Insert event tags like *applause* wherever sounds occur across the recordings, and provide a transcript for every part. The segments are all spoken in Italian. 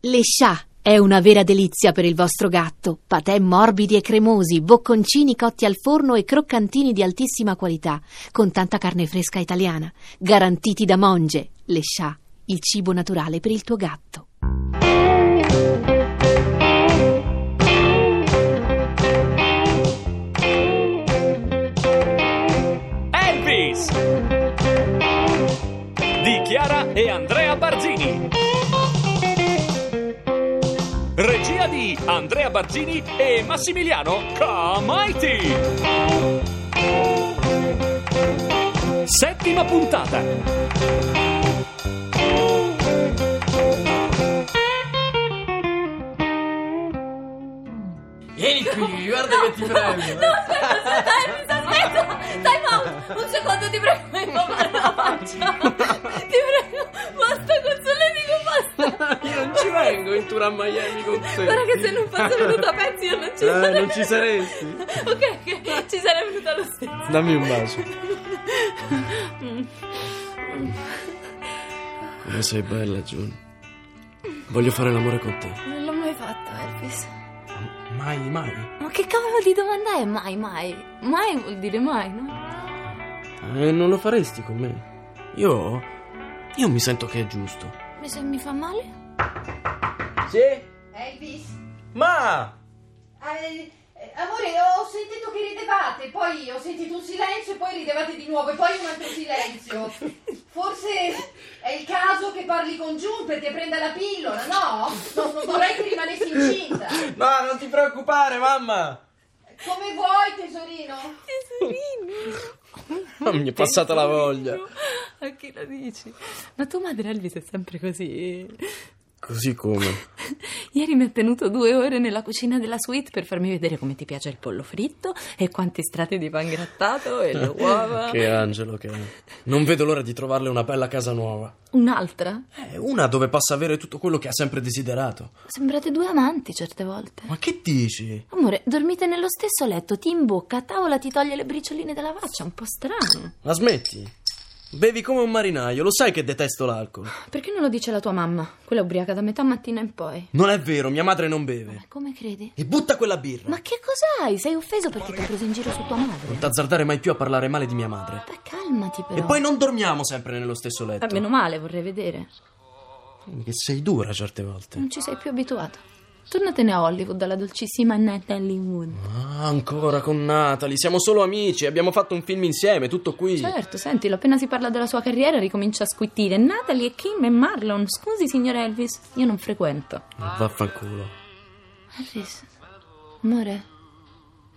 Le scià è una vera delizia per il vostro gatto. Patè morbidi e cremosi, bocconcini cotti al forno e croccantini di altissima qualità, con tanta carne fresca italiana, garantiti da Monge. Le scià, il cibo naturale per il tuo gatto. Elvis di Chiara e Andrea Barzini. Regia di Andrea Barzini e Massimiliano Comaiti. Settima puntata. Vieni qui, guarda che ti prendo. No, aspetta, aspetta, aspetta, aspetta, time out, un secondo, ti prego, *laughs* mi fa male la faccia, ti prego, basta con Solletico, basta, Eh, Io non ci vengo in tour a Miami con te. guarda che se non fosse venuta a pezzi io non ci Eh, sarei, non ci saresti. ok, ok, ci sarei venuta lo stesso, Mm, Dammi un bacio. Come sei bella, June. Voglio fare l'amore con te. non l'ho mai fatto Elvis, Mai, mai. ma che cavolo di domanda è mai, mai, mai vuol dire mai, no? Eh, non lo faresti con me? Io. Io mi sento che è giusto. Ma se mi fa male? Sì? Elvis? Ma! Eh, eh, amore, ho sentito che ridevate, poi ho sentito un silenzio e poi ridevate di nuovo e poi un altro silenzio. Forse è il caso che parli con June perché prenda la pillola, no? Non vorrei che rimanessi incinta. No, non ti preoccupare, mamma! Come vuoi, tesorino? mi è passata la voglia. A chi lo dici? Ma tua madre Elvis è sempre così... Così come? Ieri mi è tenuto due ore nella cucina della suite per farmi vedere come ti piace il pollo fritto e quanti strati di pan grattato e le uova. *laughs* Che angelo che è. Non vedo l'ora di trovarle una bella casa nuova. Un'altra? Eh, una dove possa avere tutto quello che ha sempre desiderato. Sembrate due amanti certe volte. Ma che dici? Amore, dormite nello stesso letto, ti imbocca, a tavola ti toglie le bricioline dalla faccia, un po' strano. La smetti? Bevi come un marinaio, lo sai che detesto l'alcol. Perché non lo dice la tua mamma? Quella ubriaca da metà mattina in poi. Non è vero, mia madre non beve. Ma come credi? E butta quella birra. Ma che cos'hai? Sei offeso perché ti ha preso in giro su tua Non madre? t'azzardare mai più a parlare male di mia madre. Beh, calmati però. E poi non dormiamo sempre nello stesso letto. Eh, meno male, vorrei vedere. Che sei dura certe volte. Non ci sei più abituato. Tornatene a Hollywood dalla dolcissima Natalie Wood. Ah, ancora con Natalie. Siamo solo amici, abbiamo fatto un film insieme, tutto qui. Certo, sentilo, appena si parla della sua carriera ricomincia a squittire. Natalie e Kim e Marlon. Scusi, signor Elvis, io non frequento. Vaffanculo. Elvis, amore,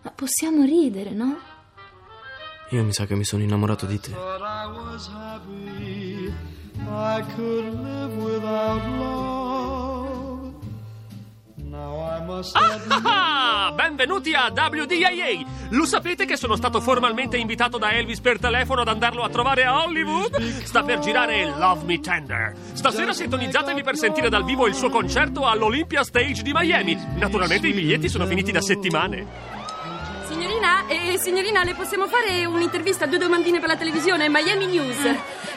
ma possiamo ridere, no? Io mi sa che mi sono innamorato di te. But I was happy. I could live without love. Now I must. admit- Ah, *laughs* benvenuti a WDIA. Lo sapete che sono stato formalmente invitato da Elvis per telefono ad andarlo a trovare a Hollywood? Sta per girare Love Me Tender. Stasera sintonizzatevi per sentire dal vivo il suo concerto all'Olympia Stage di Miami. Naturalmente i biglietti sono finiti da settimane. Signorina, eh, signorina, le possiamo fare un'intervista, due domandine per la televisione, Miami News.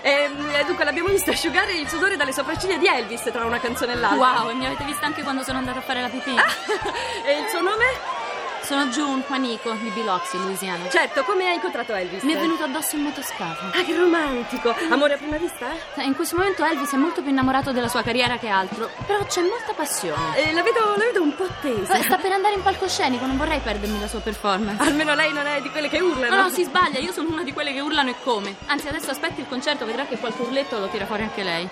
Ehm, eh, dunque, l'abbiamo vista asciugare il sudore dalle sopracciglia di Elvis tra una canzone e l'altra. Wow, e mi avete vista anche quando sono andata a fare la pipì. Ah! e il suo nome? Sono June Panico di Biloxi, Louisiana. Certo, come ha incontrato Elvis? Mi è venuto addosso in motoscafo. Ah, che romantico! Amore a prima vista? Eh, In questo momento Elvis è molto più innamorato della sua carriera che altro, però c'è molta passione. Eh, la, vedo, la vedo un po' tesa. Eh, Sta per andare in palcoscenico, non vorrei perdermi la sua performance. Almeno lei non è di quelle che urlano. Ah, No, no, si sbaglia, io sono una di quelle che urlano e come. Anzi, adesso aspetti il concerto, vedrà che qualche urletto lo tira fuori anche lei.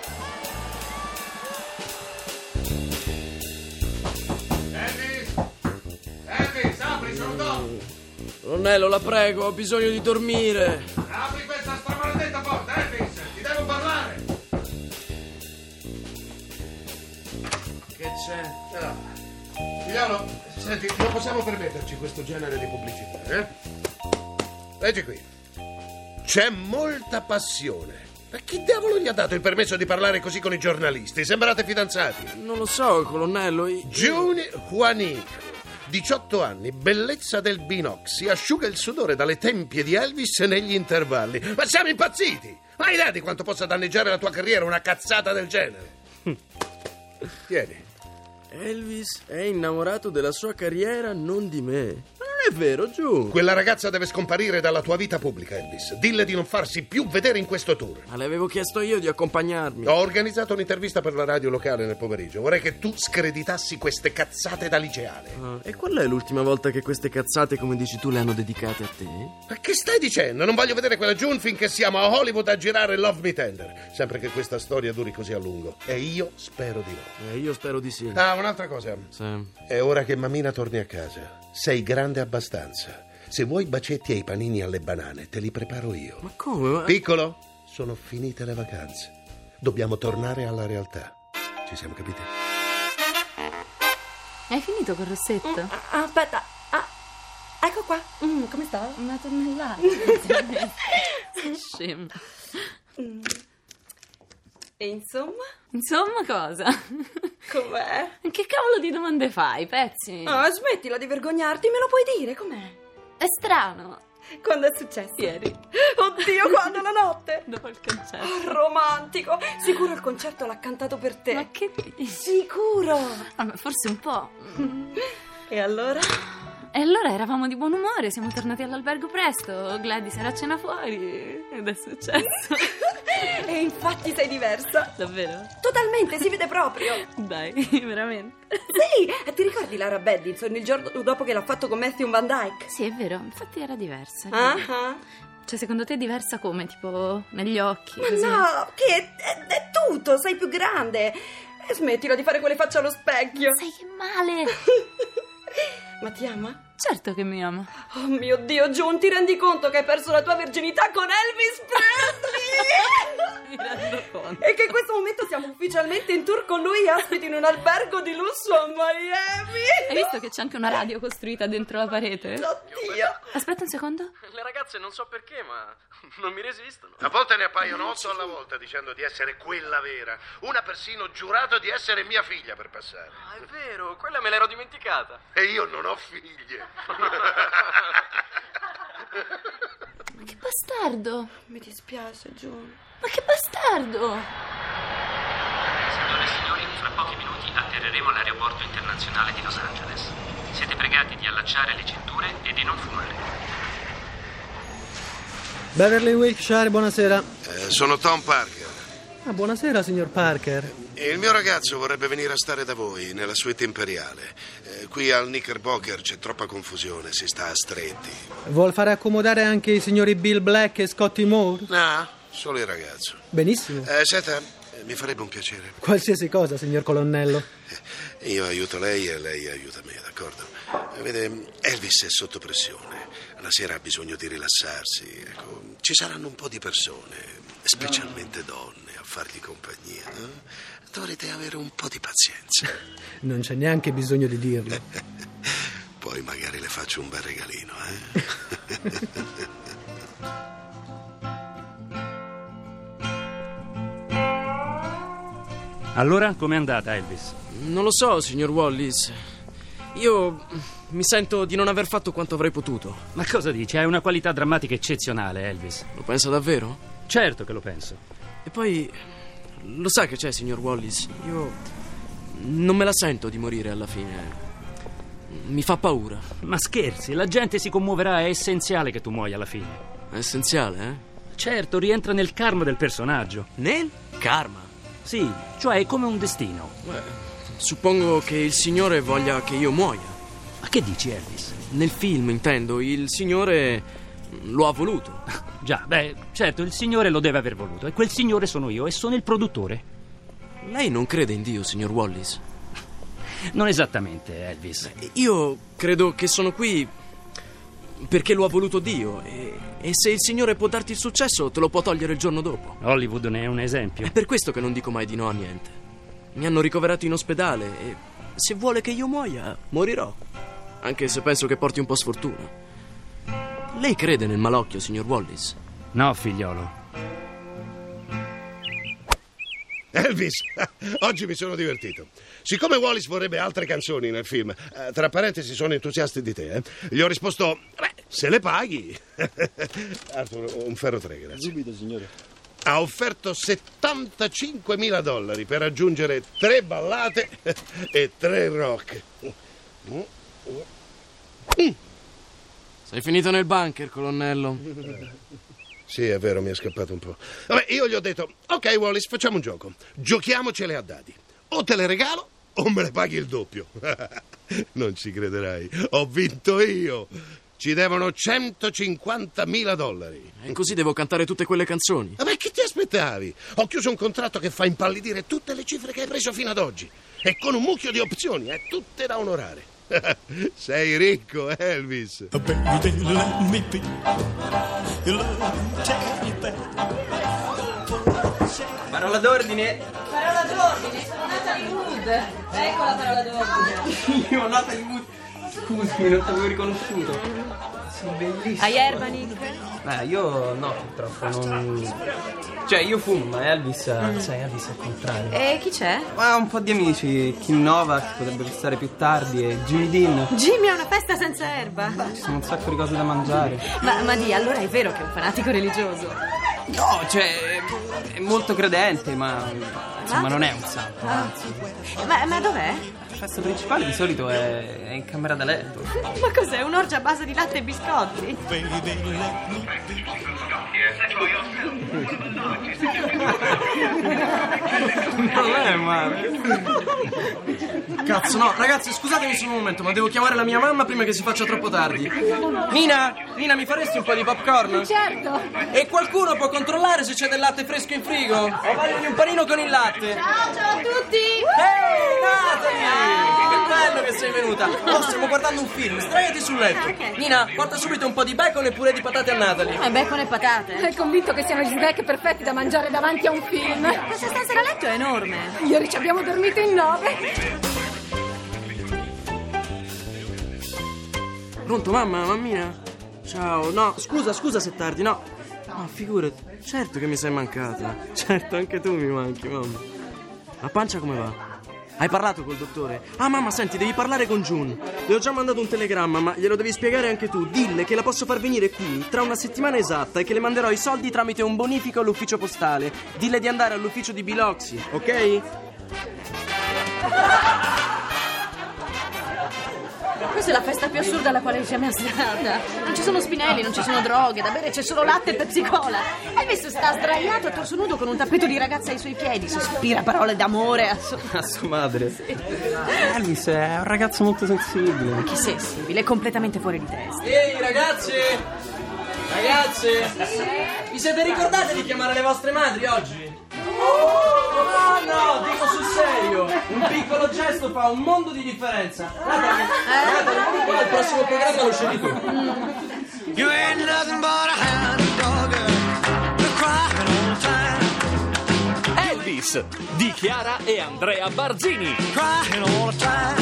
Ornello, la prego, ho bisogno di dormire. Apri questa stramaledetta porta, Elvis! Ti devo parlare! Che c'è? Ah. Milano, senti, non possiamo permetterci questo genere di pubblicità, eh? Leggi qui. C'è molta passione. Ma chi diavolo gli ha dato il permesso di parlare così con i giornalisti? Sembrate fidanzati. Non lo so, colonnello. i- June Juanico. 18 anni, bellezza del Binoxi, asciuga il sudore dalle tempie di Elvis negli intervalli. Ma siamo impazziti! Ma hai idea di quanto possa danneggiare la tua carriera una cazzata del genere? Tieni, Elvis è innamorato della sua carriera, non di me. Ma non è vero, giù. Quella ragazza deve scomparire dalla tua vita pubblica, Elvis. Dille di non farsi più vedere in questo tour. Ma le avevo chiesto io di accompagnarmi. Ho organizzato un'intervista per la radio locale nel pomeriggio. Vorrei che tu screditassi queste cazzate da liceale. Ah, e qual è l'ultima volta che queste cazzate, come dici tu, le hanno dedicate a te? Ma che stai dicendo? Non voglio vedere quella June finché siamo a Hollywood a girare Love Me Tender. Sempre che questa storia duri così a lungo. E io spero di no. Eh, io spero di sì. Ah, un'altra cosa. Sì. È ora che mammina torni a casa. Sei grande abbastanza. Se vuoi bacetti e i panini alle banane, te li preparo io. Ma come? Ma- Piccolo, sono finite le vacanze. Dobbiamo tornare alla realtà. Ci siamo capiti? Hai finito col rossetto? Ah, aspetta. Ah, ecco qua. Mm, come sta? Una tonnellata. Sei Scema. Mm. E insomma, Insomma, *laughs* cosa? com'è? Che cavolo di domande fai, pezzi? Ah, smettila di vergognarti, me lo puoi dire, com'è? È strano. Quando è successo? Ieri. Oddio, quando la notte? Dopo il concerto. Oh, romantico. Sicuro il concerto l'ha cantato per te. Ma che dici? Sicuro. Vabbè, forse un po'. E allora? E allora eravamo di buon umore, siamo tornati all'albergo presto. Gladys era a cena fuori. Ed è *laughs* successo. *laughs* E infatti sei diversa. Davvero? Totalmente, si vede proprio. Dai, veramente. Sì, eh, ti ricordi Lara Bedinson il giorno dopo che l'ha fatto con Matthew Van Dyke? Sì, è vero, infatti era diversa. Ah, credo. ah. Cioè, secondo te è diversa come? Tipo, negli occhi? Ma così? no, che è, è- è tutto, sei più grande. E smettila di fare quelle facce allo specchio. Sai che male! *laughs* Ma ti ama? Certo che mi ama. Oh mio Dio, John, ti rendi conto che hai perso la tua virginità con Elvis Presley? *laughs* Mi rendo conto. e che in questo momento siamo ufficialmente in tour con lui, ospiti in un albergo di lusso a Hai Miami. visto che c'è anche una radio costruita dentro la parete? Oddio. Aspetta un secondo. Le ragazze non so perché, ma non mi resistono. A volte ne appaiono otto alla volta dicendo di essere quella vera. Una persino giurato di essere mia figlia per passare. Ah, è vero, quella me l'ero dimenticata. E io non ho figlie. *laughs* Ma che bastardo! Mi dispiace, John. Ma che bastardo! Signore e signori, fra pochi minuti atterreremo all'aeroporto internazionale di Los Angeles. Siete pregati di allacciare le cinture e di non fumare. Beverly Wilkshire, buonasera. Eh, sono Tom Parker. Ah, buonasera, signor Parker. Il mio ragazzo vorrebbe venire a stare da voi, nella suite imperiale. Eh, qui al Knickerbocker c'è troppa confusione, si sta a stretti. Vuol fare accomodare anche i signori Bill Black e Scotty Moore? No, Ah, solo il ragazzo. Benissimo. Eh, senta, eh, mi farebbe un piacere. Eh, Qualsiasi cosa, signor colonnello. Io aiuto lei e lei aiuta me, d'accordo? Eh, Vede, Elvis è sotto pressione. La sera ha bisogno di rilassarsi. Ecco, ci saranno un po' di persone, specialmente donne, a fargli compagnia. no? Dovrete avere un po' di pazienza. Non c'è neanche bisogno di dirlo. Poi magari le faccio un bel regalino, eh? Allora, com'è andata Elvis? Non lo so, signor Wallis. Io mi sento di non aver fatto quanto avrei potuto. Ma cosa dici? Hai una qualità drammatica eccezionale, Elvis. Lo pensa davvero? Certo che lo penso. E poi lo sa che c'è, signor Wallis. Io non me la sento di morire alla fine. Mi fa paura. Ma scherzi, la gente si commuoverà, è essenziale che tu muoia alla fine. È essenziale, eh? Certo, rientra nel karma del personaggio. Nel karma. Sì, cioè è come un destino. Beh, suppongo che il signore voglia che io muoia. Ma che dici, Elvis? Nel film, intendo, il signore lo ha voluto. Già, beh, certo, il signore lo deve aver voluto e quel signore sono io e sono il produttore. Lei non crede in Dio, signor Wallis? Non esattamente, Elvis. Io credo che sono qui perché lo ha voluto Dio e, e se il Signore può darti il successo te lo può togliere il giorno dopo. Hollywood ne è un È esempio. per questo che non dico mai di no a niente. Mi hanno ricoverato in ospedale e se vuole che io muoia, morirò. Anche se penso che porti un po' sfortuna. Lei crede nel malocchio, signor Wallis? No, figliolo. Elvis, *laughs* oggi mi sono divertito. Siccome Wallis vorrebbe altre canzoni nel film, eh, tra parentesi sono entusiasti di te, eh, gli ho *laughs* risposto, beh, se le paghi. Arthur, un ferro 3, grazie. Subito, signore. ha offerto 75.000 dollari per aggiungere tre ballate *laughs* e tre rock. Sei finito nel bunker, colonnello. Sì, è vero, mi è scappato un po'. Vabbè, io gli ho detto, ok Wallis, facciamo un gioco. Giochiamocele a dadi. O te le regalo o me le paghi il doppio. *laughs* non ci crederai, ho vinto io. Ci devono 150.000 dollari. Eh, E così devo cantare tutte quelle canzoni. Vabbè, che ti aspettavi? Ho chiuso un contratto che fa impallidire tutte le cifre che hai preso fino ad oggi. E con un mucchio di opzioni, eh, tutte da onorare. *laughs* Sei ricco, Elvis. Baby, let me be. You love me, tell me that. Parola d'ordine. Parola d'ordine, sono Natalie Wood. Ecco la parola d'ordine. Io, nata di Wood. Scusami, non ti avevo riconosciuto. Sono bellissimo. Hai Erbani? Ma io no, purtroppo non. Cioè, io fumo, ma Elvis. Sai, Elvis è il contrario. E chi c'è? Ma un po' di amici, Kim Novak potrebbe restare più tardi e Jimmy Dean. Ci Jimmy è una festa senza erba. sono un sacco di cose da mangiare. Ma, ma di, allora è vero che è un fanatico religioso. No, cioè, è molto credente, ma insomma non è un santo. anzi. Ah. Ma, ma dov'è? La festa principale di solito è, è in camera da letto. Ma cos'è? Un'orgia a base di latte e biscotti? eh. Cazzo, no, ragazzi, scusatemi solo un momento, ma devo chiamare la mia mamma prima che si faccia troppo tardi. Nina, Nina, mi faresti un po' di popcorn? Certo. E qualcuno può controllare se c'è del latte fresco in frigo? Ho voglia di un panino con il latte. Ciao, ciao a tutti. Ehi, Natalie! Che bello che sei venuta! Oh, stiamo guardando un film, sdraiati sul letto. Nina, porta subito un po' di bacon e pure di patate a Natalie. Come bacon e patate. Sei convinto che siano gli snack perfetti da mangiare davanti a un film? Questa stanza da letto è enorme. Ieri ci abbiamo dormito in nove. Pronto, mamma, mammina? Ciao, no, scusa, scusa se è tardi, no. No, figurati, certo che mi sei mancata. *laughs* Certo, anche tu mi manchi, mamma. La pancia come va? Hai parlato col dottore? Ah, mamma, senti, devi parlare con June. Le ho già mandato un telegramma, ma glielo devi spiegare anche tu. Dille che la posso far venire qui tra una settimana esatta e che le manderò i soldi tramite un bonifico all'ufficio postale. Dille di andare all'ufficio di Biloxi, ok? Questa è la festa più assurda alla quale sia mai stata. Non ci sono spinelli, non ci sono droghe, da bere c'è solo latte e Pepsi Cola. Hai visto sta sdraiato a torso nudo con un tappeto di ragazza ai suoi piedi, sospira parole d'amore. ass- A sua madre. Alice è un ragazzo molto sensibile. Che sensibile, è completamente fuori di testa. Ehi, ragazzi! Ragazze! Vi siete ricordate di chiamare le vostre madri oggi? Oh, no, no, dico sul serio! Un piccolo gesto fa un mondo di differenza. Guarda, guarda, guarda, il prossimo programma lo scegli tu. You ain't nothing but a hound dog. You're crying all the time, Elvis di Chiara e Andrea Barzini. crying all the time.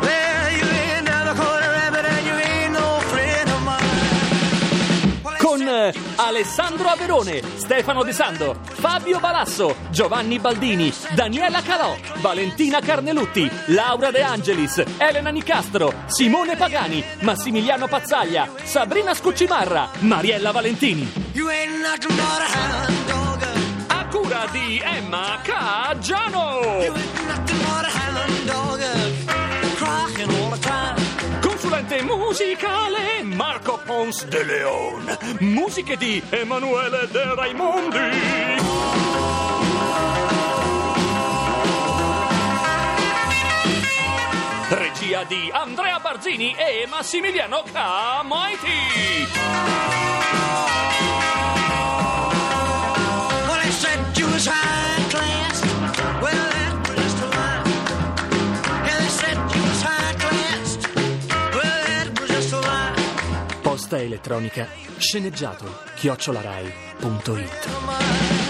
Well, you ain't never caught a rabbit and you ain't no friend of mine. Con eh, Alessandro Averone, Stefano De Sando, Fabio Balasso, Giovanni Baldini, Daniela Calò, Valentina Carnelutti, Laura De Angelis, Elena Nicastro, Simone Pagani, Massimiliano Pazzaglia, Sabrina Scuccimarra, Mariella Valentini. You ain't nothing but a hound dog. A cura di Emma Caggiano. You ain't nothing but a hound dog. Crying all the time. Consulente musicale Marco Pons de Leon. Musiche di Emanuele De Raimondi. Regia di Andrea Barzini e Massimiliano Camoiti. Well, they said you was high class. Well, that was the lie. Yeah, they said you was high class. Well, that was just a lie. Posta elettronica sceneggiato chiocciolarai.it Come on.